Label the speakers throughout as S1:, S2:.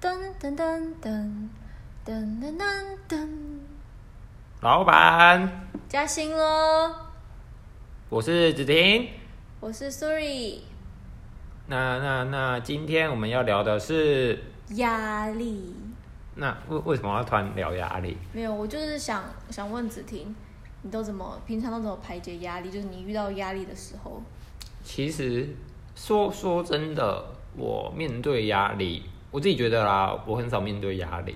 S1: 噔噔噔噔噔噔噔噔，
S2: 老板，
S1: 加薪喽！
S2: 我是子婷。
S1: 我是 Sorry，
S2: 那那那，今天我们要聊的是，
S1: 压力
S2: 那为为什么要突然聊压力？
S1: 没有，我就是想想问子婷，你都怎么平常都怎么排解压力？就是你遇到压力的时候，
S2: 其实说说真的，我面对压力，我自己觉得啦，我很少面对压力，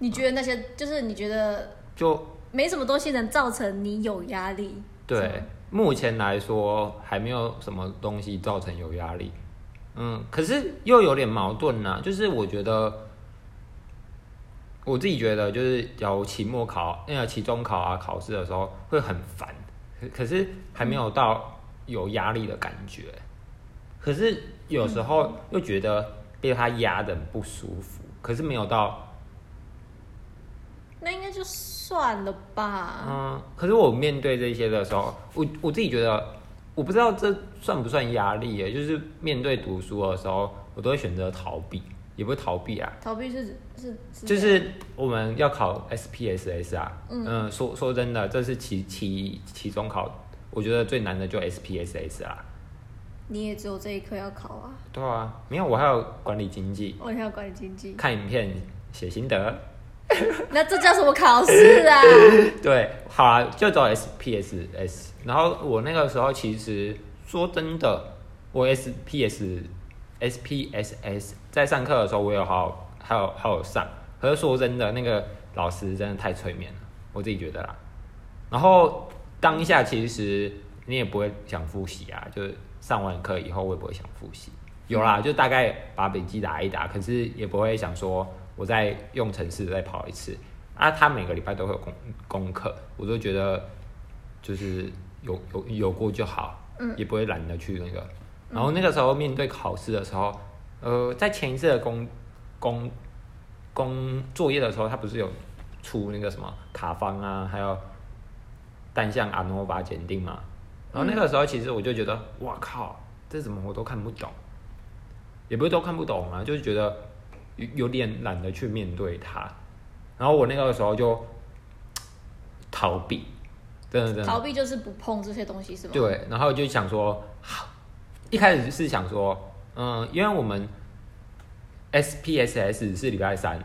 S1: 你觉得那些就是你觉得
S2: 就
S1: 没什么东西能造成你有压力？
S2: 对，目前来说还没有什么东西造成有压力。嗯，可是又有点矛盾啦、就是我觉得我自己觉得，就是有期末考、那个期中考啊、考试的时候会很烦，可可是还没有到有压力的感觉。可是有时候又觉得被他压的不舒服，可是没有到
S1: 那应该就算了吧。
S2: 嗯，可是我面对这些的时候，我我自己觉得，我不知道这算不算压力耶？就是面对读书的时候，我都会选择逃避，也不是逃避啊，
S1: 逃避是是是这
S2: 就
S1: 样
S2: 是我们要考 SPSS 啊，嗯，说说真的，这是期期期中考，我觉得最难的就 SPSS 啦。
S1: 你也只有这一科要考啊。
S2: 啊对啊，没有，我还有管理经济，
S1: 我还要管理经济，
S2: 看影片写心得，
S1: 那这叫什么考试 啊？
S2: 对，好啊，就走 SPSS。然后我那个时候其实说真的，我 SPS SPSS 在上课的时候，我有好好还有还有上。可是说真的，那个老师真的太催眠了，我自己觉得啦。然后当下其实你也不会想复习啊，就是上完课以后我也不会想复习。有啦，就大概把笔记打一打，可是也不会想说我再用程式再跑一次啊。他每个礼拜都会有功功课，我都觉得就是有有有过就好，嗯，也不会懒得去那个。然后那个时候面对考试的时候，呃，在前一次的工工工作业的时候，他不是有出那个什么卡方啊，还有单向阿诺瓦检定嘛。然后那个时候其实我就觉得，哇靠，这怎么我都看不懂，也不是都看不懂啊，就是觉得有有点懒得去面对它。然后我那个时候就逃避，真的真的
S1: 逃避就是不碰这些东西是吗？
S2: 对，然后就想说，好一开始是想说，嗯，因为我们 SPSS 是礼拜三，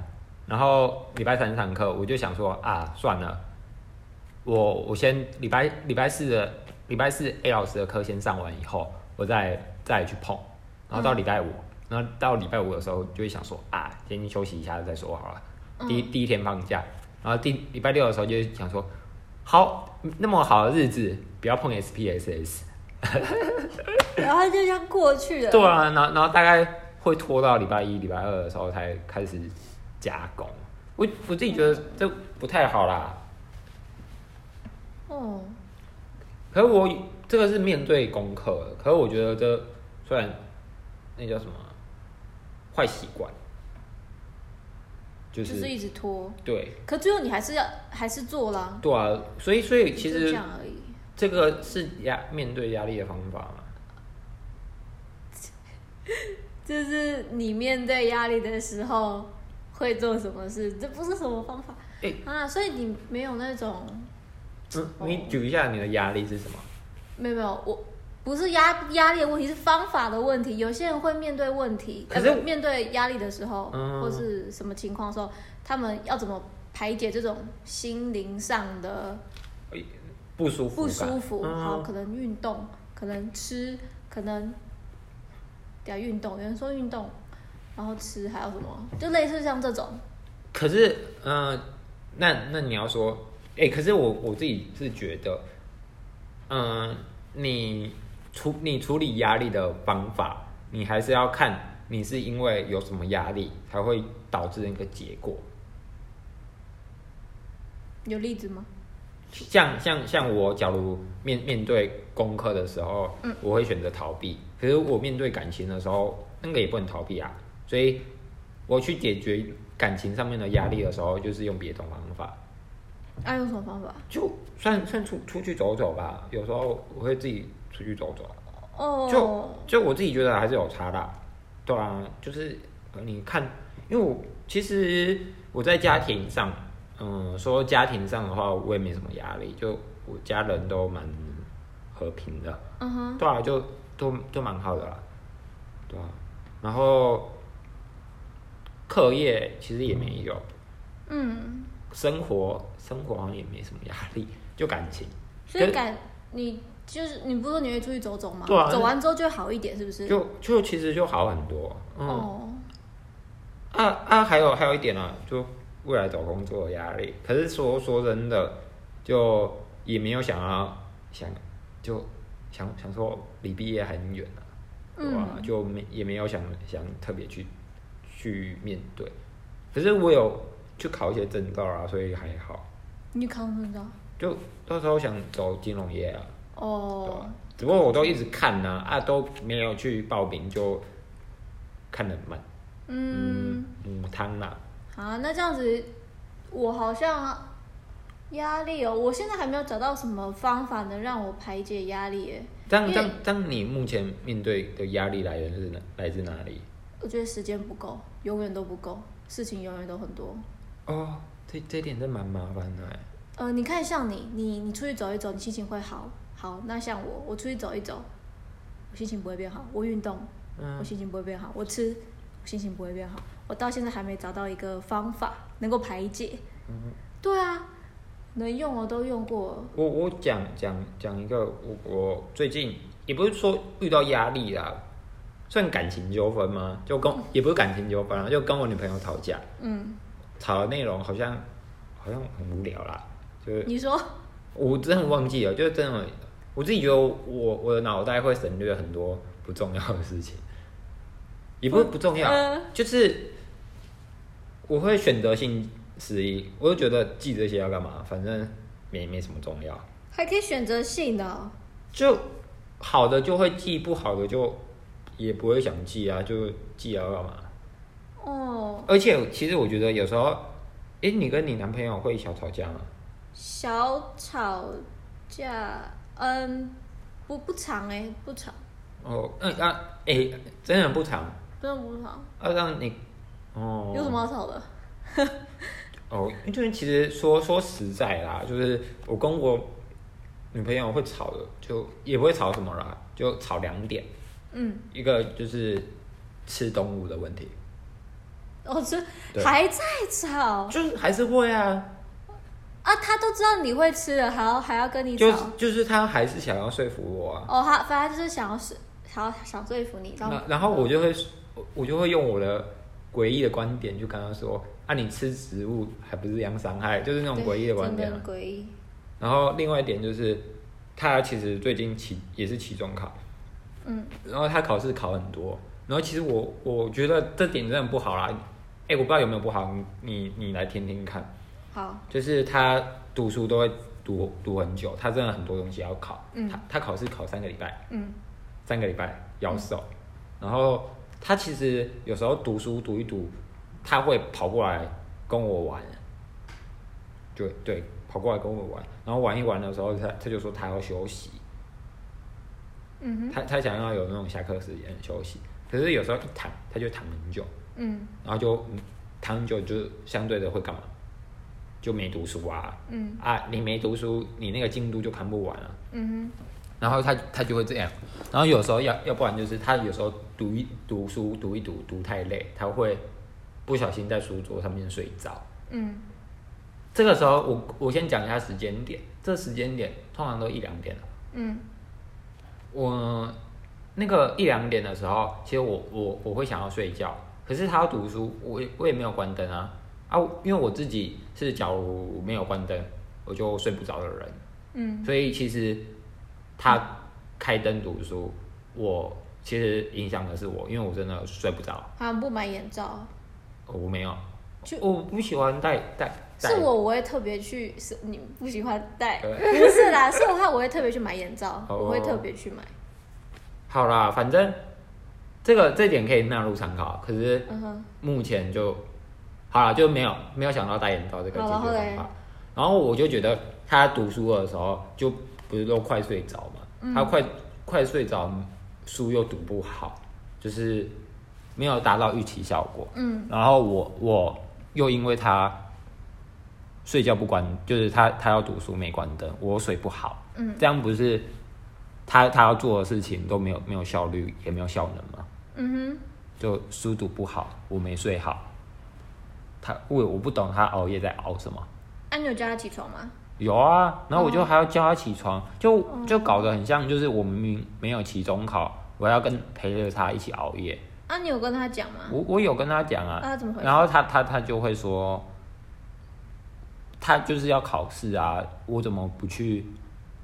S2: 然后礼拜三上课，我就想说啊，算了，我我先礼拜礼拜四的礼拜四 A 老师的课先上完以后，我再再去碰，然后到礼拜五，
S1: 嗯
S2: 然后到礼拜五的时候就会想说啊，先休息一下再说好
S1: 嗯
S2: 了，第一、第一天放假，然后第礼拜六的时候就会想说，好那么好的日子不要碰 SPSS，
S1: 然后就这样过去了。
S2: 对啊，然后然后大概会拖到礼拜一、礼拜二的时候才开始加工，我我自己觉得这不太好啦，
S1: 哦，
S2: 可是我这个是面对功课的，可是我觉得这虽然那叫什么啊坏习惯，就、
S1: 就是是一直拖，
S2: 对
S1: 可最后你还是要还是做啦。
S2: 对啊，所以所以其
S1: 就这
S2: 实
S1: 样而已。
S2: 这个是压面对压力的方法嘛。
S1: 这是你面对压力的时候会做什么事，这不是什么方法、
S2: 哎
S1: 啊。所以你没有那种
S2: 嗯，
S1: 哦
S2: 你举一下你的压力是什么？
S1: 没有没有我。不是压压力的问题，是方法的问题。有些人会面对问题，
S2: 可是
S1: 呃、面对压力的时候，
S2: 嗯
S1: 或是什么情况的时候，他们要怎么排解这种心灵上的
S2: 不舒服
S1: 不
S2: 感，
S1: 舒服，
S2: 嗯
S1: 好，可能运动，可能吃，可能对啊，运动，有人说运动，然后吃，还有什么，就类似像这种，
S2: 可是，嗯、那那你要说，哎、可是我我自己是觉得，嗯、你处你处理压力的方法，你还是要看你是因为有什么压力才会导致那个结果。
S1: 有例子吗？
S2: 像像像我，假如面面对功课的时候，我会选择逃避。可是我面对感情的时候，那个也不能逃避啊。所以，我去解决感情上面的压力的时候，就是用别种方法。
S1: 啊，用什么方法？
S2: 就算算出出去走走吧，有时候我会自己出去走走，就
S1: 哦，
S2: 就我自己觉得还是有差的啊，对啊，就是呃你看，因为我其实我在家庭上，嗯，说家庭上的话，我也没什么压力，就我家人都蛮和平的，
S1: 嗯哼，
S2: 对啊，就都就蛮好的啦，对啊，然后课业其实也没有，
S1: 嗯，
S2: 生活生活好像也没什么压力，就感情，
S1: 所以
S2: 跟
S1: 感你就是你不是说你会出去走走吗？
S2: 对啊
S1: 走完之后就会好一点，是不是？
S2: 就就其实就好很多，嗯。
S1: 哦，
S2: 啊啊，还有还有一点啊，就未来找工作的压力。可是说说真的，就也没有想要想就想想说离毕业很远啊，对吧、
S1: 嗯
S2: 就没也没有想想特别去去面对。可是我有去考一些证照啊，所以还好。
S1: 你考什么证照？
S2: 就到时候想走金融业啊，对吧、
S1: 哦，
S2: 只不过我都一直看呢、啊，都没有去报名，就看得很慢。
S1: 嗯，
S2: 嗯，汤啦、
S1: 好，那这样子，我好像压力哦，我现在还没有找到什么方法能让我排解压力耶。
S2: 这样
S1: 因为
S2: 这样这样，你目前面对的压力来源是哪来自哪里？
S1: 我觉得时间不够，永远都不够，事情永远都很多。
S2: 哦，这这一点真蛮麻烦的欸。
S1: 呃，你看像你，你你出去走一走，你心情会好。好，那像我，我出去走一走，我心情不会变好。我运动，我
S2: 嗯，
S1: 心情不会变好。我吃，我心情不会变好。我到现在还没找到一个方法能够排解。
S2: 嗯
S1: 对啊，能用我都用过了。
S2: 我我讲讲讲一个，我我最近也不是说遇到压力啦，算感情纠纷吗？就跟也不是感情纠纷啊，就跟我女朋友吵架，
S1: 嗯，
S2: 吵的内容好像好像很无聊啦，就是
S1: 你说，
S2: 我真的忘记了，就是真的我自己觉得我我的脑袋会省略很多不重要的事情，也不是不重要，
S1: 呃，
S2: 就是我会选择性失忆，我就觉得记这些要干嘛？反正没没什么重要，
S1: 还可以选择性的哦、
S2: 就好的就会记，不好的就也不会想记啊，就记要干嘛？
S1: 哦，
S2: 而且其实我觉得有时候，诶，你跟你男朋友会小吵架吗？
S1: 小吵架，嗯，不不长哎、不长，
S2: 哦，嗯啊，诶，真的不长，
S1: 真的不长，
S2: 啊让你哦
S1: 有什么好吵的？
S2: 哦，因为其实说说实在啦，就是我跟我女朋友会吵的，就也不会吵什么啦，就吵两点，
S1: 嗯，
S2: 一个就是吃动物的问题，
S1: 哦，这
S2: 对
S1: 还在吵
S2: 就是还是会啊，
S1: 啊！他都知道你会吃了，还要还要跟你吵
S2: 就是就是他还是想要说服我啊，
S1: 哦，他反正就是想要是想要想说服你，然后
S2: 那然后我就会我我就会用我的诡异的观点去跟他说，啊你吃植物还不是一样伤害，就是那种诡异的观
S1: 真的
S2: 点、
S1: 很
S2: 啊。
S1: 诡异。
S2: 然后另外一点就是，他其实最近期也是期中考，
S1: 嗯，
S2: 然后他考试考很多，然后其实我我觉得这点真的不好啦，哎、我不知道有没有不好，你你你来听听看，
S1: 好，
S2: 就是他读书都会读读很久，他真的很多东西要考，
S1: 嗯
S2: 他他考试考三个礼拜，
S1: 嗯
S2: 三个礼拜咬手，然后他其实有时候读书读一读，他会跑过来跟我玩，就对，跑过来跟我玩，然后玩一玩的时候，他他就说他要休息，
S1: 嗯哼
S2: 他他想要有那种下课时间休息，可是有时候一躺他就躺很久，
S1: 嗯
S2: 然后就嗯躺很久就相对的会干嘛，就没读书啊
S1: 嗯
S2: 啊，你没读书，你那个进度就看不完啊，
S1: 嗯
S2: 然后他他就会这样，然后有时候要要不然就是他有时候读一读书读一读读太累，他会不小心在书桌上面睡着。
S1: 哼嗯
S2: 这个时候我我先讲一下时间点，这时间点通常都一两点了。
S1: 嗯
S2: 我那个一两点的时候，其实我我我会想要睡觉，可是他要读书，我也我也没有关灯啊啊，因为我自己是假如没有关灯，我就睡不着的人。
S1: 嗯
S2: 所以其实他开灯读书，我其实影响的是我，因为我真的睡不着，
S1: 好像不买眼罩。
S2: 我没有
S1: 就，
S2: 我不喜欢戴戴戴。
S1: 是我，我会特别去，是你不喜欢戴，
S2: 对
S1: 不是啦， 是我怕我会特别去买眼罩，
S2: 哦
S1: 我会特别去买。
S2: 好啦，反正这个这点可以纳入参考，可是
S1: 嗯哼，
S2: 目前就好了，就没有没有想到戴眼罩这个解
S1: 好
S2: 决
S1: 然后嘞
S2: 方法。然后我就觉得他读书的时候，就不是都快睡
S1: 嗯
S2: 着嘛，他快快睡着，书又读不好，就是没有达到预期效果，
S1: 嗯
S2: 然后我我又因为他睡觉不关，就是他他要读书没关灯，我睡不好，
S1: 嗯
S2: 这样不是他他要做的事情都没有没有效率，也没有效能吗？
S1: 嗯
S2: 就书读不好，我没睡好，他我我不懂他熬夜在熬什么。
S1: 哼，啊，你有叫他起床吗？
S2: 有啊，然后我就还要叫他起床，就就搞得很像，就是我明明没有期中考，我要跟陪着他一起熬夜。
S1: 啊，你有跟他讲吗？
S2: 我我有跟他讲
S1: 啊，
S2: 啊，
S1: 他怎么回？
S2: 然后他他他就会说，他就是要考试啊，我怎么不去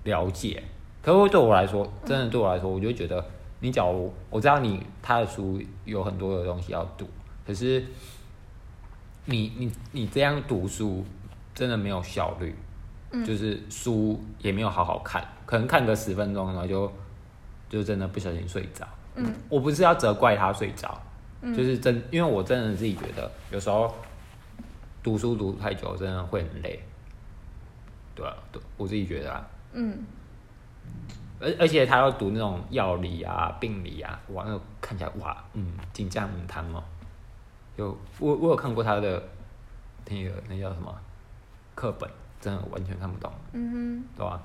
S2: 了解？可是对我来说，真的对我来说，我就觉得，你假如我知道你他的书有很多的东西要读，可是你你你这样读书真的没有效率，
S1: 嗯
S2: 就是书也没有好好看，可能看个十分钟，然后就就真的不小心睡着。
S1: 嗯，
S2: 我不是要责怪他睡着，就是真，因为我真的自己觉得有时候读书读太久真的会很累，对啊，对，我自己觉得啊，
S1: 嗯，
S2: 而而且他要读那种药理啊、病理啊，哇，那个看起来哇，嗯，金酱母汤哦，有我我有看过他的那个那叫什么课本，真的完全看不懂，
S1: 嗯
S2: 对吧、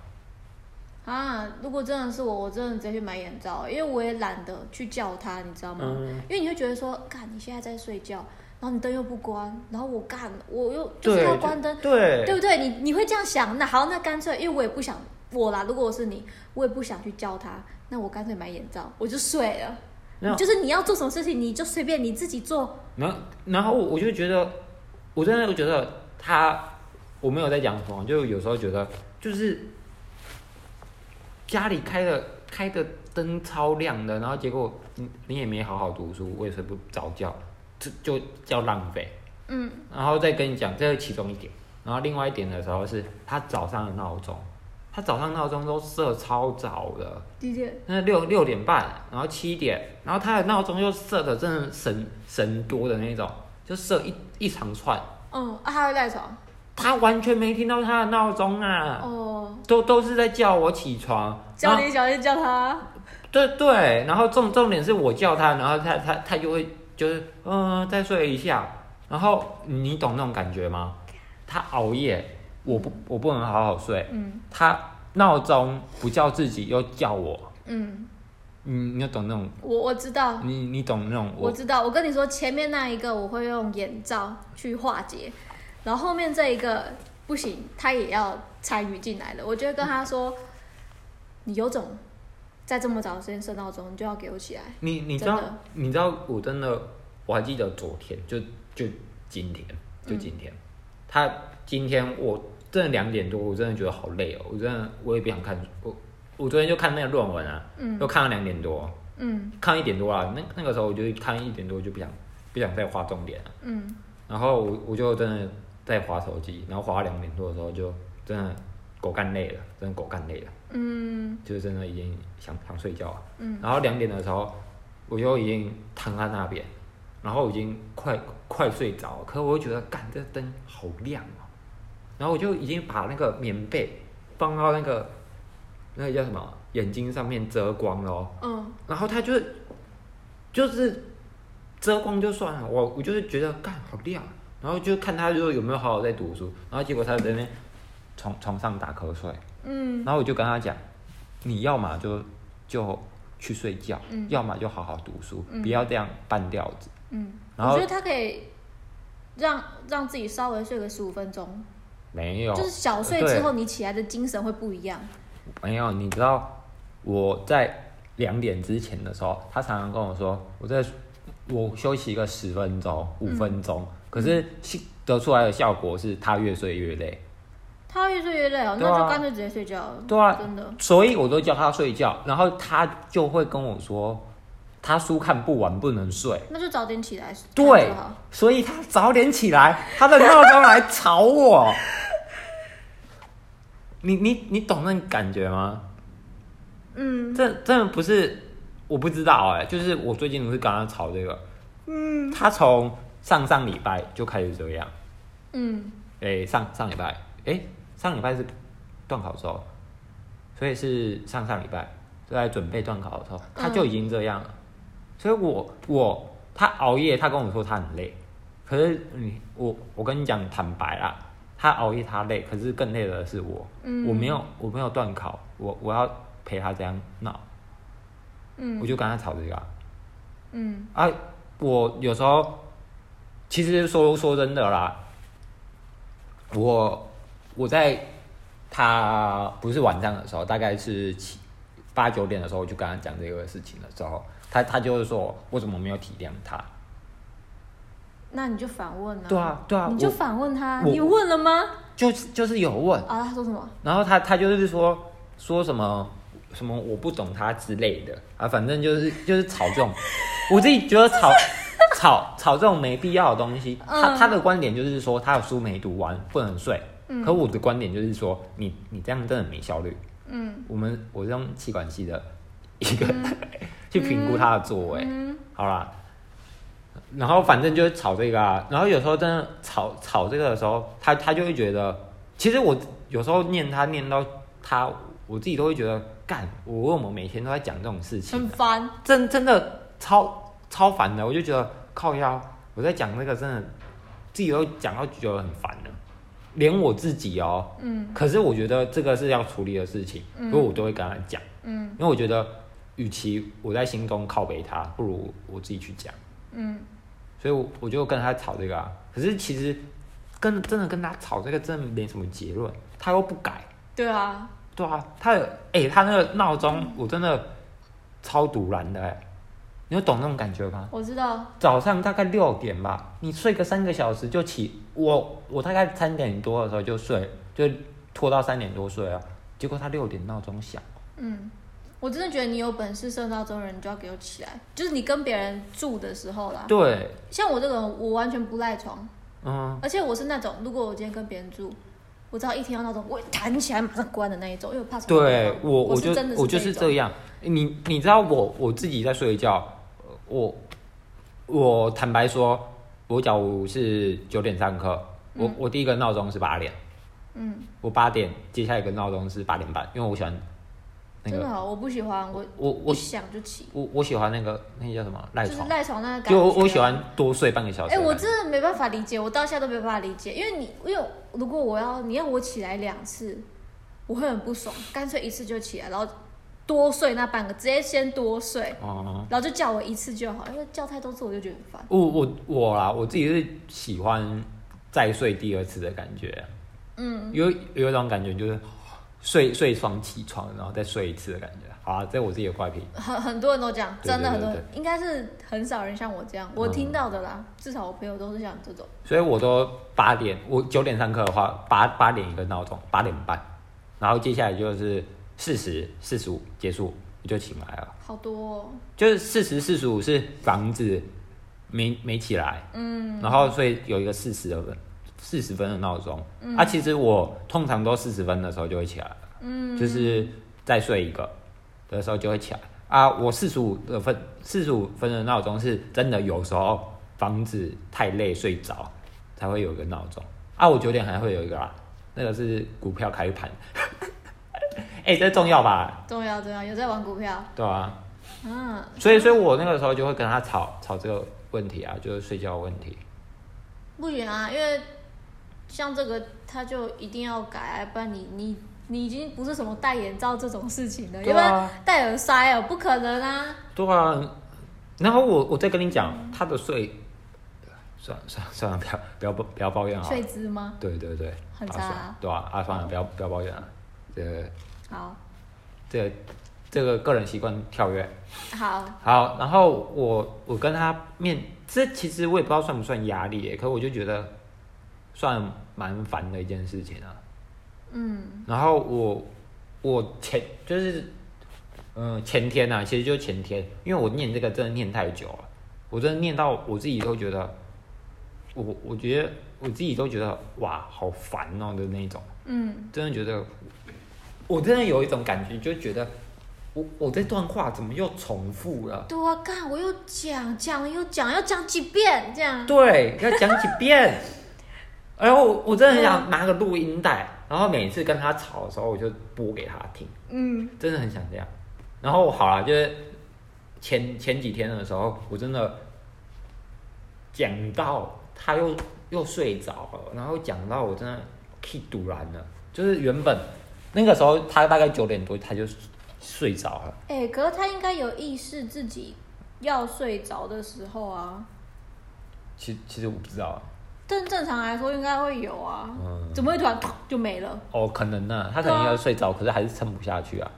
S1: 哼，啊，如果真的是我，我真的直接去买眼罩，因为我也懒得去叫他，你知道吗？
S2: 嗯
S1: 因为你会觉得说，干，你现在在睡觉，然后你灯又不关，然后我干，我又就是要关灯，
S2: 对
S1: 对不对？你你会这样想，那好，那干脆，因为我也不想我啦，如果我是你，我也不想去教他，那我干脆买眼罩，我就睡了。
S2: 没有
S1: 就是你要做什么事情，你就随便你自己做。
S2: 然后，然后我就觉得，我真的觉得他，我没有在讲什么，就有时候觉得就是家里开的开的灯超亮的，然后结果你你也没好好读书，我也睡不着觉，这就叫浪费。
S1: 嗯
S2: 然后再跟你讲，这是其中一点。然后另外一点的时候是他早上的闹钟，他早上闹钟都设超早的，
S1: 的确，
S2: 那六六点半，然后七点，然后他的闹钟又设的真的神神多的那种，就设一一长串，
S1: 嗯，啊，他会赖床。
S2: 他完全没听到他的闹钟啊，
S1: 哦，
S2: 都都是在叫我起床，
S1: 叫
S2: 然后
S1: 你小心叫他。
S2: 对对，然后重重点是我叫他，然后他他他就会就是嗯、呃再睡一下，然后你懂那种感觉吗？他熬夜，我不我不能好好睡，
S1: 嗯
S2: 他闹钟不叫自己又叫我，
S1: 嗯，
S2: 你你有懂那种
S1: 我我知道，
S2: 你你懂那种
S1: 我知道。我跟你说，前面那一个我会用眼罩去化解，然后后面这一个不行，他也要参与进来了。我就会跟他说，你有种在这么早的时间设闹钟，你就要给我起来。
S2: 你你知
S1: 真
S2: 道
S1: 的
S2: 你知道我真的我还记得昨天就就今天
S1: 嗯
S2: 就今天，他今天我真的两点多，我真的觉得好累哦，我真的我也不想看我我昨天就看那个论文啊，
S1: 嗯
S2: 又看到两点多，
S1: 嗯
S2: 看到一点多啦，那那个时候我就看一点多就不想不想再划重点了，
S1: 嗯
S2: 然后我我就真的在划手机，然后划到两点多的时候就真的狗干累了，真的狗干累了。
S1: 嗯
S2: 就是真的已经想想睡觉了。
S1: 嗯
S2: 然后两点的时候，我就已经躺在那边，然后我已经快快睡着了，可我就觉得，干这灯好亮哦。然后我就已经把那个棉被放到那个那个叫什么眼睛上面遮光咯，
S1: 嗯
S2: 然后它就是就是遮光就算了，我我就是觉得干好亮，然后就看他就是有没有好好在读书，然后结果他在那边床床上打瞌睡。
S1: 嗯
S2: 然后我就跟他讲，你要么就就去睡觉，
S1: 嗯
S2: 要么就好好读书，
S1: 嗯
S2: 不要这样半吊子。
S1: 嗯，我
S2: 然后
S1: 觉得他可以让让自己稍微睡个十五分钟，
S2: 没有，
S1: 就是小睡之后你起来的精神会不一样。
S2: 没有，你知道我在两点之前的时候，他常常跟我说，我在我休息个十分钟、五分钟，
S1: 嗯
S2: 可是得出来的效果是他越睡越累。
S1: 他越睡越累哦，
S2: 对啊
S1: 那就干脆直接睡觉了。
S2: 对啊
S1: 真的。
S2: 所以我都叫他睡觉，然后他就会跟我说，他书看不完，不能睡。
S1: 那就早点起来，
S2: 对
S1: 就好，
S2: 所以他早点起来，他的闹钟来吵我。你你你懂那感觉吗？
S1: 嗯
S2: 这真的不是，我不知道哎、就是我最近不是跟他吵这个，嗯，他从上上礼拜就开始这样，
S1: 嗯
S2: 哎、上上礼拜，哎、上礼拜是断考之后，所以是
S1: 嗯
S2: 上上礼拜就在准备断考的时候，他就已经这样了，所以我我他熬夜，他跟我说他很累，可是你我我跟你讲坦白啦，他熬夜他累，可是更累的是我，
S1: 嗯
S2: 我没有我没有断考，我我要陪他这样闹，我
S1: 嗯
S2: 就跟他吵这个啊。
S1: 嗯
S2: 啊，我有时候其实说说真的啦，我我在他不是晚上的时候，大概是七八九点的时候，我就跟他讲这个事情的时候，他他就是说我怎么没有体谅他？
S1: 那你就反问啊，
S2: 对啊，对啊，
S1: 你就
S2: 我
S1: 反问他，
S2: 我
S1: 你问了吗？
S2: 就是就是有问，
S1: 啊，他说什么？
S2: 然后他他就是说说什么什么我不懂他之类的啊，反正就是就是吵这种， 我自己觉得 吵吵吵这种没必要的东西。他
S1: 嗯
S2: 他的观点就是说他的书没读完不能睡，可我的观点就是说你你这样真的没效率。
S1: 嗯
S2: 我们我是用气管系的一个、 去评估他的作为，
S1: 嗯
S2: 好啦，然后反正就是吵这个啊，然后有时候真的吵吵这个的时候，他他就会觉得，其实我有时候念他念到他，我自己都会觉得，干，我为什么每天都在讲这种事情
S1: 很
S2: 啊、
S1: 烦，
S2: 真真的超超烦的，我就觉得靠腰，我在讲这个真的，自己都讲到觉得很烦了，连我自己哦，
S1: 嗯
S2: 可是我觉得这个是要处理的事情，所以我都会跟他讲，
S1: 嗯
S2: 因为我觉得，与其我在心中靠背他，不如我自己去讲。
S1: 嗯，
S2: 所以我我就跟他吵这个啊。可是其实跟真的跟他吵这个，真的没什么结论，他又不改，
S1: 对啊，
S2: 对啊，他有哎、他那个闹钟我真的超堵然的哎、你有懂那种感觉吗？
S1: 我知道，
S2: 早上大概六点吧，你睡个三个小时就起，我我大概三点多的时候就睡，就拖到三点多睡啊，结果他六点闹钟响，
S1: 嗯。我真的觉得你有本事设闹钟的人，你就要给我起来。就是你跟别人住的时候啦，
S2: 对，
S1: 像我这个人，我完全不赖床，
S2: 嗯，
S1: 而且我是那种，如果我今天跟别人住，我只要一听到闹钟，我会弹起来马上关的那一种，因为我怕吵到别
S2: 对
S1: 人
S2: 我，
S1: 我
S2: 我就是
S1: 真的
S2: 我就是
S1: 这
S2: 这
S1: 种，
S2: 样。你你知道我我自己在睡觉，呃我我坦白说，我假如是九点上课，我、我第一个闹钟是八点，
S1: 嗯，
S2: 我八点接下一个闹钟是八点半，因为我喜欢那
S1: 真的
S2: 个
S1: 好，我不喜欢，我
S2: 我
S1: 一
S2: 我
S1: 想就起，
S2: 我我喜欢那个那个叫什么赖
S1: 就是
S2: 床，
S1: 赖床那个感觉。
S2: 就我我喜。欢多睡半个小时
S1: 哎、
S2: 的感觉。
S1: 我真的没办法理解，我到现在都没办法理解，因为你，因为如果我要你要我起来两次，我会很不爽，干脆一次就起来，然后多睡那半个，直接先多睡，
S2: 哦、
S1: 然后就叫我一次就好，因为叫太多次我就觉得很烦。
S2: 我我我啦，我自己是喜欢再睡第二次的感觉。嗯，有有一种感觉就是睡睡床起床，然后再睡一次的感觉。好啊，这我自己的怪癖。
S1: 很 很多人都这样，
S2: 对
S1: 真的
S2: 对
S1: 很
S2: 对
S1: 多人，应该是很少人像我这样，我
S2: 嗯
S1: 听到的啦，至少我朋友都是像这种，
S2: 所以我都八点，我九点上课的话，八八点一个闹钟，八点半，然后接下来就是四十、四十五结束，我就醒来了。
S1: 好多、哦，
S2: 就是四十、四十五是房子没没起来，
S1: 嗯
S2: 然后所以有一个四十的分，四十分的闹钟。啊，其实我通常都四十分的时候就会起来了，
S1: 嗯，
S2: 就是再睡一个的时候就会起来。啊，我四十五的分，四十五分的闹钟是真的，有时候防止太累睡着才会有一个闹钟。啊，我九点还会有一个啦，那个是股票开盘。 哎、这重要吧？
S1: 重要重要，有在玩股票，
S2: 对啊，
S1: 嗯，
S2: 所以所以我那个时候就会跟他吵吵这个问题啊，就是睡觉的问题。
S1: 不远啊，因为像这个他就一定要改啊，不然你你你已经不是什么戴眼罩这种事情了，
S2: 对
S1: 要
S2: 啊
S1: 不然戴耳塞哦，不可能啊，
S2: 对啊，然后我我再跟你讲，他的税，算了算了算了，不要不要抱不要抱怨啊。
S1: 睡姿吗？
S2: 对对对，
S1: 很
S2: 啊
S1: 差啊
S2: 算了对啊，啊算了，不要不要抱怨了。这个
S1: 好，
S2: 这个这个个人习惯跳跃。
S1: 好，
S2: 好，然后我我跟他面，这其实我也不知道算不算压力耶，可我就觉得算蛮烦的一件事情啊。
S1: 嗯
S2: 然后我我前就是嗯、前天啊，其实就前天，因为我念这个真的念太久了，我真的念到我自己都觉得，我我觉得我自己都觉得哇好烦哦的那种，
S1: 嗯
S2: 真的觉得我真的有一种感觉，就觉得我我这段话怎么又重复了？
S1: 对啊，干我又讲讲了又讲，要讲几遍这样，
S2: 对，要讲几遍。然后我我真的很想拿个录音带，然后每次跟他吵的时候，我就播给他听。
S1: 嗯
S2: 真的很想这样。然后好了，就是前前几天的时候，我真的讲到他又又睡着了，然后讲到我真的气堵然了，就是原本那个时候他大概九点多他就睡着了，
S1: 哎、可是他应该有意识自己要睡着的时候啊，
S2: 其其实我不知道啊，
S1: 但正常来说应该会有啊，
S2: 嗯，
S1: 怎么会突然啪就没了？
S2: 哦，可能呢、他可能要睡着，可是还是撑不下去啊，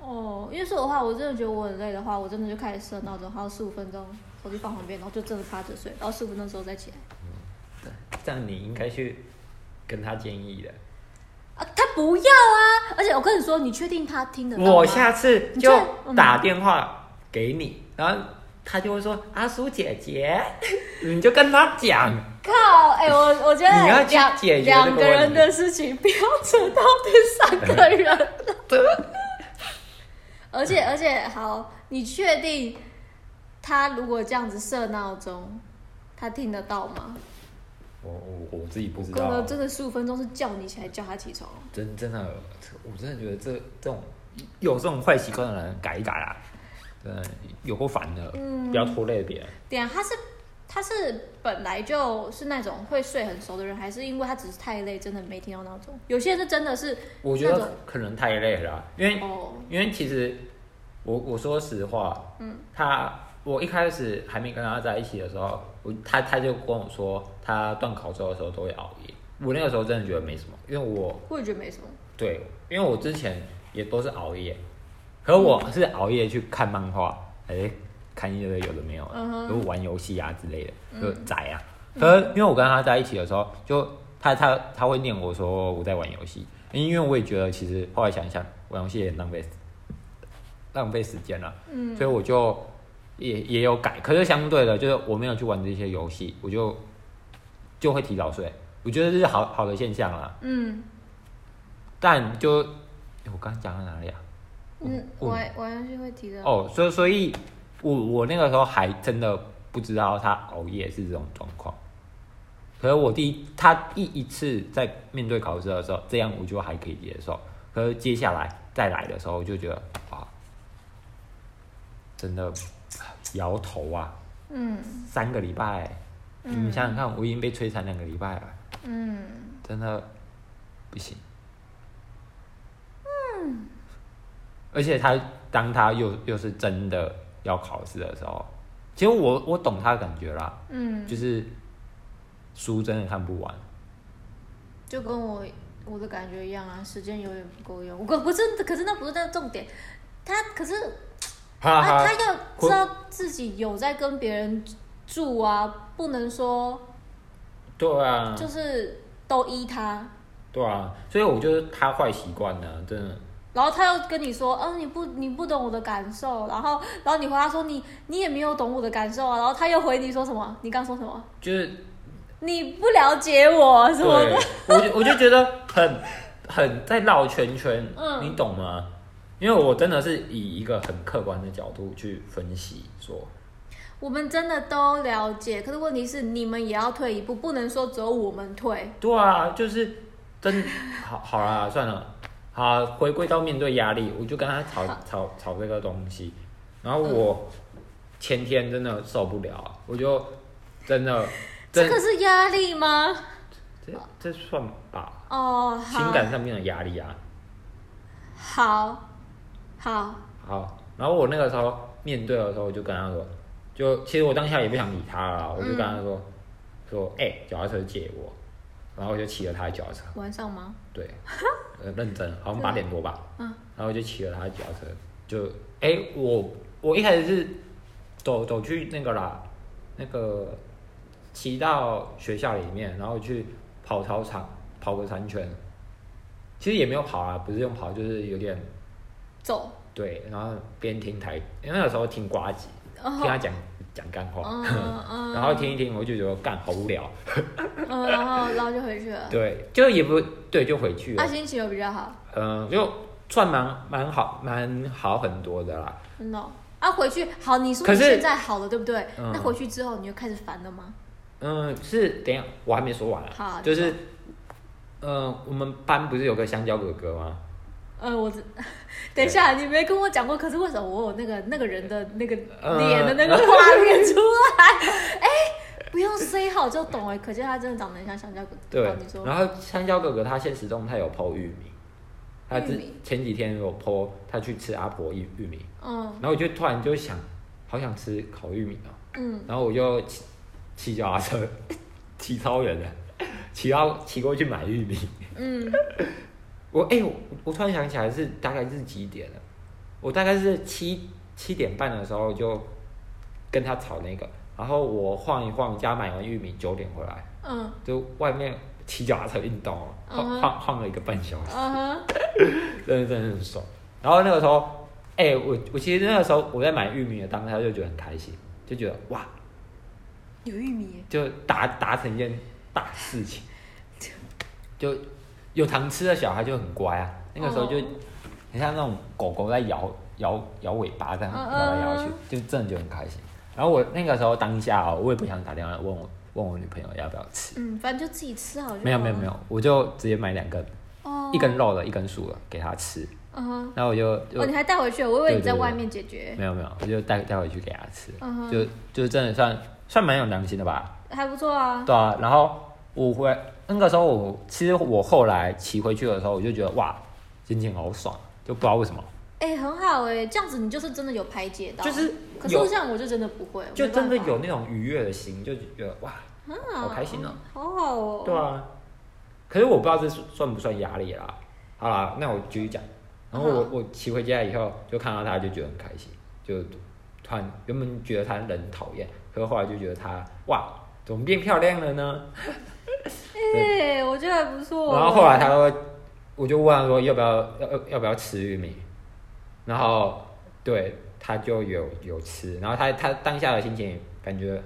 S1: 哦，因为说的话，我真的觉得我很累的话，我真的就开始设闹钟，还有十五分钟，手机放旁边，然后就真的趴着睡，然后十五分钟之后再起来。
S2: 这样你应该去跟他建议的。
S1: 啊，他不要啊！而且我跟你说，你确定他听得到吗？
S2: 我下次就
S1: 你这
S2: 打电话给你，然后他就会说阿苏姐姐， 你就跟他讲，
S1: 靠！哎、我我觉
S2: 你要
S1: 得
S2: 去
S1: 两
S2: 解决这个
S1: 两个
S2: 问
S1: 人
S2: 题
S1: 的事情，不要扯到第三个人。而且而且，好，你确定他如果这样子设闹钟，他听得到吗？
S2: 我我我自己不知
S1: 哥
S2: 道
S1: 哥，，真的十五分钟是叫你起来，叫他起床。
S2: 真真的，我真的觉得这这种有这种坏习惯的人改一改啊，真的有够烦的，
S1: 嗯
S2: 不要拖累别人。
S1: 对啊，他是他是本来就是那种会睡很熟的人，还是因为他只是太累，真的没听到闹钟？有些人是真的是
S2: 我觉
S1: 那种
S2: 得可能太累了啊，因为
S1: 哦，
S2: 因为其实我我说实话，
S1: 嗯，
S2: 他我一开始还没跟他在一起的时候，我他他就跟我说他断考之后的时候都会熬夜，我那个时候真的觉得没什么，因为我
S1: 我也觉得没什么。
S2: 对，因为我之前也都是熬夜，可我是熬夜去看漫画，哎、看一些有的没有的
S1: 嗯哼嗯
S2: 如玩游戏啊之类的，就宅啊。可是因为我跟他在一起的时候，就他他他会念我说我在玩游戏，因为我也觉得其实后来想一想，玩游戏也浪费浪费时间了，
S1: 嗯
S2: 所以我就也也有改。可是相对的，就是我没有去玩这些游戏，我就就会提早睡。我觉得这是好好的现象啊啦。
S1: 嗯
S2: 但就我刚讲到哪里啊？
S1: 嗯，
S2: 我
S1: 玩玩游戏会提到。
S2: 哦，所以所以，我我那个时候还真的不知道他熬夜是这种状况。可是我第一他第一次在面对考试的时候，这样我就还可以接受。可是接下来再来的时候，我就觉得啊，真的摇头啊！
S1: 嗯
S2: 三个礼拜，你想想看，我已经被摧残两个礼拜了，
S1: 嗯，
S2: 真的不行。而且他当他又又是真的要考试的时候，其实我我懂他的感觉啦，
S1: 嗯，
S2: 就是书真的看不完，
S1: 就跟我我的感觉一样啊，时间永远不够用。我可 不是，可是那不是那重点。他可是
S2: 哈
S1: 啊，
S2: 哈
S1: 他，要知道自己有在跟别人住啊，不能说
S2: 对啊，
S1: 就是都依他。
S2: 对啊，所以我觉得他坏习惯呢，真的，
S1: 然后他又跟你说，嗯、你不你不懂我的感受，然后然后你回他说你你也没有懂我的感受啊，然后他又回你说什么？你刚说什么？
S2: 就是
S1: 你不了解我什
S2: 对，
S1: 么的？
S2: 我就我就觉得很很在绕圈圈，
S1: 嗯
S2: 你懂吗？因为我真的是以一个很客观的角度去分析说，
S1: 我们真的都了解，可是问题是你们也要退一步，不能说只有我们退。
S2: 对啊，就是真好好啦，算了，好回归到面对压力，我就跟他吵
S1: 好
S2: 吵吵这个东西，然后我前天真的受不了啊，我就真的
S1: 这
S2: 真
S1: 个是压力吗？
S2: 这这算吧，
S1: 哦，好，
S2: 情感上面的压力啊，
S1: 好，好，
S2: 好，然后我那个时候面对的时候，我就跟他说，就其实我当下也不想理他了，我就跟他说，说哎，脚、踏车借我，然后我就骑了他的脚踏车，
S1: 晚上吗？
S2: 对，呃，认真，好像八点多吧，
S1: 嗯
S2: 然后我就骑了他的脚踏车，就哎、我我一开始是走走去那个啦，那个骑到学校里面，然后去跑操场跑个三圈，其实也没有跑啊，不是用跑，就是有点。
S1: 走，
S2: 对，然后边听台，因为那个时候听瓜吉，
S1: 然
S2: 听
S1: 后，
S2: 他讲讲干话，
S1: 哦嗯 嗯，
S2: 然后听一听，我就觉得干好无聊。
S1: 嗯，然后然后就回去了。
S2: 对，就也不对，就回去
S1: 他
S2: 了。
S1: 心情有比较好，
S2: 嗯，就算蛮蛮好，蛮好很多的啦。
S1: 真的哦。啊，回去好，你说
S2: 可
S1: 你
S2: 是
S1: 现在好了，对不对？
S2: 嗯
S1: 那回去之后你就开始烦了吗？
S2: 嗯，是等一下我还没说完
S1: 好
S2: 啊，
S1: 你
S2: 就是，嗯，我们班不是有个香蕉哥哥吗？
S1: 呃，我 只等一下，你没跟我讲过，可是为什么我有那个那个人的那个
S2: 呃
S1: 脸的那个画面出来？哎、不用 say 好就懂哎，可见他真的长得很像香蕉哥哥。
S2: 对
S1: 哦你，说
S2: 然后香蕉哥哥他现实中他有剖玉米，他
S1: 玉
S2: 之
S1: 米
S2: 前几天有剖他去吃阿婆玉玉米，
S1: 嗯
S2: 然后我就突然就想，好想吃烤玉米哦、
S1: 嗯，
S2: 然后我就骑骑脚踏车， 骑超远的，骑到骑过去买玉米。
S1: 嗯，
S2: 我哎、我我突然想起来是大概是几点了？我大概是七七点半的时候就跟他吵那个，然后我晃一晃家买完玉米，九点回来，
S1: 嗯
S2: 就外面骑脚踏车运动，哦
S1: 嗯
S2: 晃
S1: 哼
S2: 晃晃了一个半小时。
S1: 嗯哼，
S2: 真的真的很爽。然后那个时候，哎、我我其实那个时候我在买玉米的当下就觉得很开心，就觉得哇，
S1: 有玉米耶，
S2: 就达达成一件大事情，就有糖吃的小孩就很乖啊。那个时候就
S1: 哦
S2: 很像那种狗狗在摇摇摇尾巴这样
S1: 嗯
S2: 摇
S1: 嗯
S2: 来摇去，就真的就很开心。然后我那个时候当下、哦，我也不想打电话问我问我女朋友要不要吃，
S1: 嗯，反正就自己吃好就好了。
S2: 没有没有没有，我就直接买两根，
S1: 哦，
S2: 一根肉的，一根素的给她吃。
S1: 嗯哼，
S2: 然后我就就
S1: 哦，你还带回去？我以为
S2: 对
S1: 你在
S2: 对对
S1: 外面解决，
S2: 没有没有，我就带带回去给他吃，
S1: 嗯哼
S2: 就就真的算算蛮有良心的吧。
S1: 还不错啊。
S2: 对啊，然后我回那个时候我，其实我后来骑回去的时候，我就觉得哇，心情好爽，就不知道为什么，
S1: 哎、很好哎、这样子你就是真的有排解到，
S2: 就是
S1: 可
S2: 有
S1: 是像我就真的不会，
S2: 就真
S1: 我
S2: 的
S1: 没办
S2: 有那种愉悦的心，就觉得哇，
S1: 法
S2: 好开心哦、
S1: 好好嗯哦、
S2: 对啊，可是我不知道这算不算压力啦。好啦，那我继续讲。然后我
S1: 好
S2: 我骑回家以后，就看到他，就觉得很开心，就突然原本觉得他人讨厌，可是后来就觉得他哇，怎么变漂亮了呢？
S1: 哎、我觉得还不错哦、
S2: 然后后来他说，我就问他说要不要要要要不要吃玉米，然后对他就有有吃，然后他他当下的心情感觉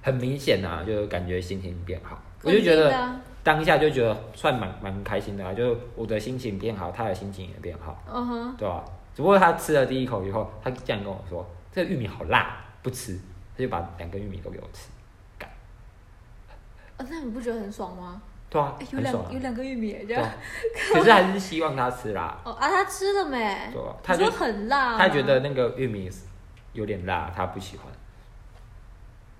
S2: 很明显啊，就是感觉心情变好，我
S1: 肯定
S2: 就觉
S1: 的
S2: 得
S1: 啊，
S2: 当下就觉得算蛮蛮开心的啊，就是我的心情变好，他的心情也变好，
S1: 嗯哼，
S2: 对吧、只不过他吃了第一口以后，他竟然跟我说这个玉米好辣，不吃，他就把两根玉米都给我吃，
S1: 啊那你不觉得很爽吗？
S2: 对啊
S1: 哎，有
S2: 很
S1: 两、
S2: 爽啊
S1: 有，两个玉米耶这
S2: 对
S1: 样，
S2: 啊，可是还是希望他吃啦。
S1: 哦啊，他吃了没？
S2: 对啊
S1: 你
S2: 他
S1: 说
S2: 就
S1: 很辣吗，
S2: 他觉得那个玉米有点辣，他不喜欢。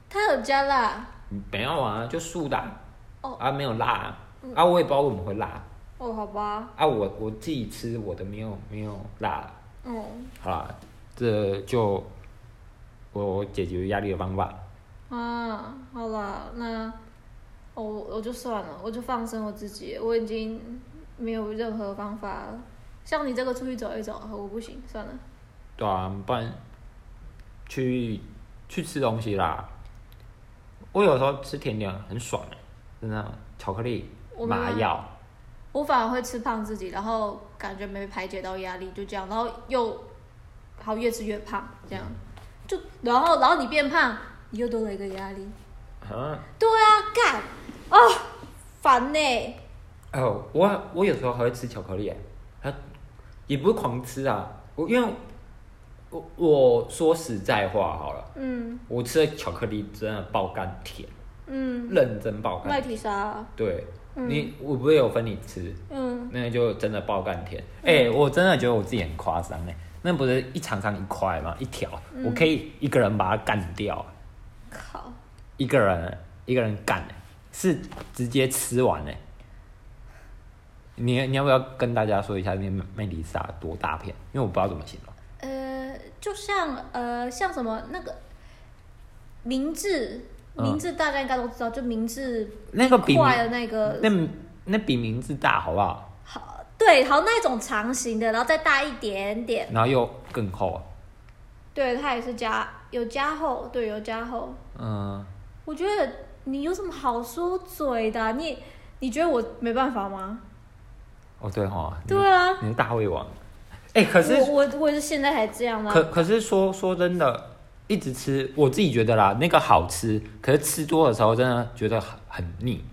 S1: 他有加辣，
S2: 没有啊，就素的啊，
S1: 哦
S2: 啊没有辣啊，
S1: 嗯
S2: 啊我也不知道为什么会辣
S1: 哦，好吧，
S2: 啊，我我自己吃我的没有没有辣，
S1: 嗯
S2: 好啦，这就我解决压力的方法。
S1: 啊，好啦，那我我就算了，我就放生我自己，我已经没有任何方法了。像你这个出去走一走，我不行，算了。
S2: 对啊，不然去去吃东西啦。我有时候吃甜点很爽欸真的，巧克力
S1: 我、没
S2: 麻
S1: 办法
S2: 药，
S1: 我反而会吃胖自己，然后感觉没排解到压力，就这样，然后又好越吃越胖，这样，就然后然后你变胖，你又多了一个压力。
S2: 嗯，
S1: 对啊，干哦，烦呢、
S2: 哦，我我有时候还会吃巧克力耶，啊，也不是狂吃啊，我因为我我说实在话好了，
S1: 嗯
S2: 我吃的巧克力真的爆甘甜，
S1: 嗯，
S2: 认真爆甘
S1: 麦
S2: 甜。
S1: 提莎啊，
S2: 对，
S1: 嗯
S2: 你我不是有分你吃，
S1: 嗯，
S2: 那就真的爆甘甜。哎、我真的觉得我自己很夸张哎，那不是一长长一块吗？一条，
S1: 嗯
S2: 我可以一个人把它干掉，
S1: 靠，
S2: 一个人一个人干哎，是直接吃完哎。你你要不要跟大家说一下那麦麦丽莎多大片？因为我不知道怎么形容。
S1: 呃，就像呃像什么那个明治，
S2: 嗯
S1: 明治大家应该都知道，就明治
S2: 那个比
S1: 坏的那个
S2: 那那比名字大好不好？
S1: 好，对，好那种长形的，然后再大一点点。
S2: 然后又更厚，啊
S1: 对，它也是加有加厚，对，有加厚。
S2: 嗯，
S1: 我觉得你有什么好说嘴的啊、你你觉得我没办法吗？
S2: 哦对哈，你
S1: 对啊，
S2: 你是大胃王。哎、可是
S1: 我我我是现在才这样啦、
S2: 可可是说说真的，一直吃，我自己觉得啦，那个好吃，可是吃多的时候真的觉得很很腻。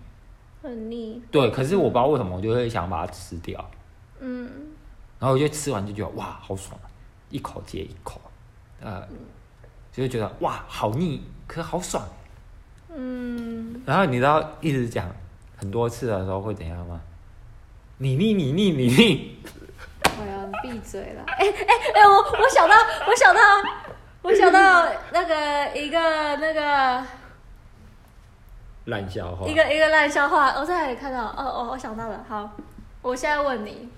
S1: 很腻。
S2: 对，可是我不知道为什么，我就会想把它吃掉，
S1: 嗯，
S2: 然后我就吃完就觉得哇，好爽，一口接一口，呃，
S1: 嗯
S2: 就会觉得哇，好腻，可好爽。嗯。然后你知道一直讲很多次的时候会怎样吗？你腻，你腻，你腻。
S1: 哎呀，你闭嘴了！哎哎哎，我我想到，我想到，我想到那个一个那个
S2: 烂笑话
S1: 一。个一个烂笑话，我在哪里看到？哦哦，我想到了，好，我现在问你，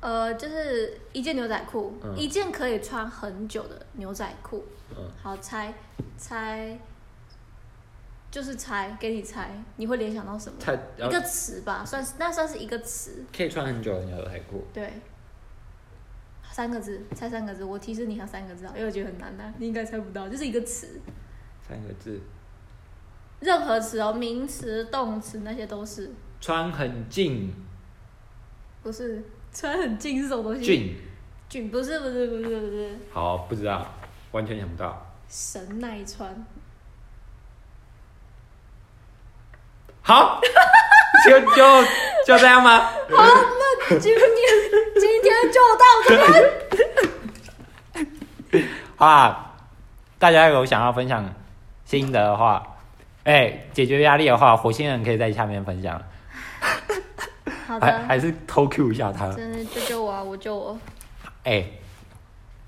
S1: 呃，就是一件牛仔裤，
S2: 嗯
S1: 一件可以穿很久的牛仔裤，
S2: 嗯，
S1: 好猜猜，就是猜，给你猜，你会联想到什么？
S2: 太
S1: 一个词吧，算是那算是一个词，
S2: 可以穿很久的牛仔裤，
S1: 对，三个字，猜三个字，我提示你还有三个字啊，因为我觉得很难呐、你应该猜不到，就是一个词，
S2: 三个字，
S1: 任何词哦，名词、动词那些都是，
S2: 穿很近，
S1: 不是穿很近是什么东西？
S2: 近，
S1: 菌不是不是不是不是
S2: 好，不知道，完全想不到。
S1: 神奈川，
S2: 好，就就就这样吗？
S1: 啊今天今天就到这边。
S2: 好啊，大家有想要分享心得的话，哎、解决压力的话，火星人可以在下面分享，
S1: 好
S2: 还
S1: 的，
S2: 还是偷 Q 一下他。
S1: 真的救救我啊！我救我。
S2: 哎、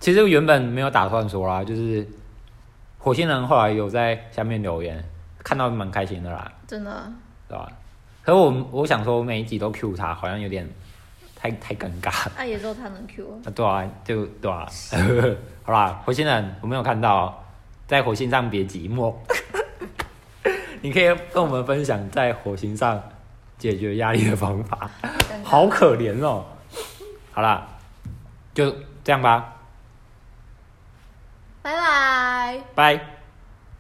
S2: 其实原本没有打算说啦，就是火星人后来有在下面留言，看到蛮开心的啦，
S1: 真的，啊
S2: 对吧？可是我我想说，每一集都 Q 他，好像有点太太尴尬。
S1: 那也只有他能 Q 我。
S2: 啊，对啊，就对啊， 好啦，火星人，我没有看到，在火星上别寂寞。 你可以跟我们分享在火星上解决压力的方法，
S1: 尴尬
S2: 好，可怜哦。好啦，就这样吧，
S1: 拜拜。
S2: 拜。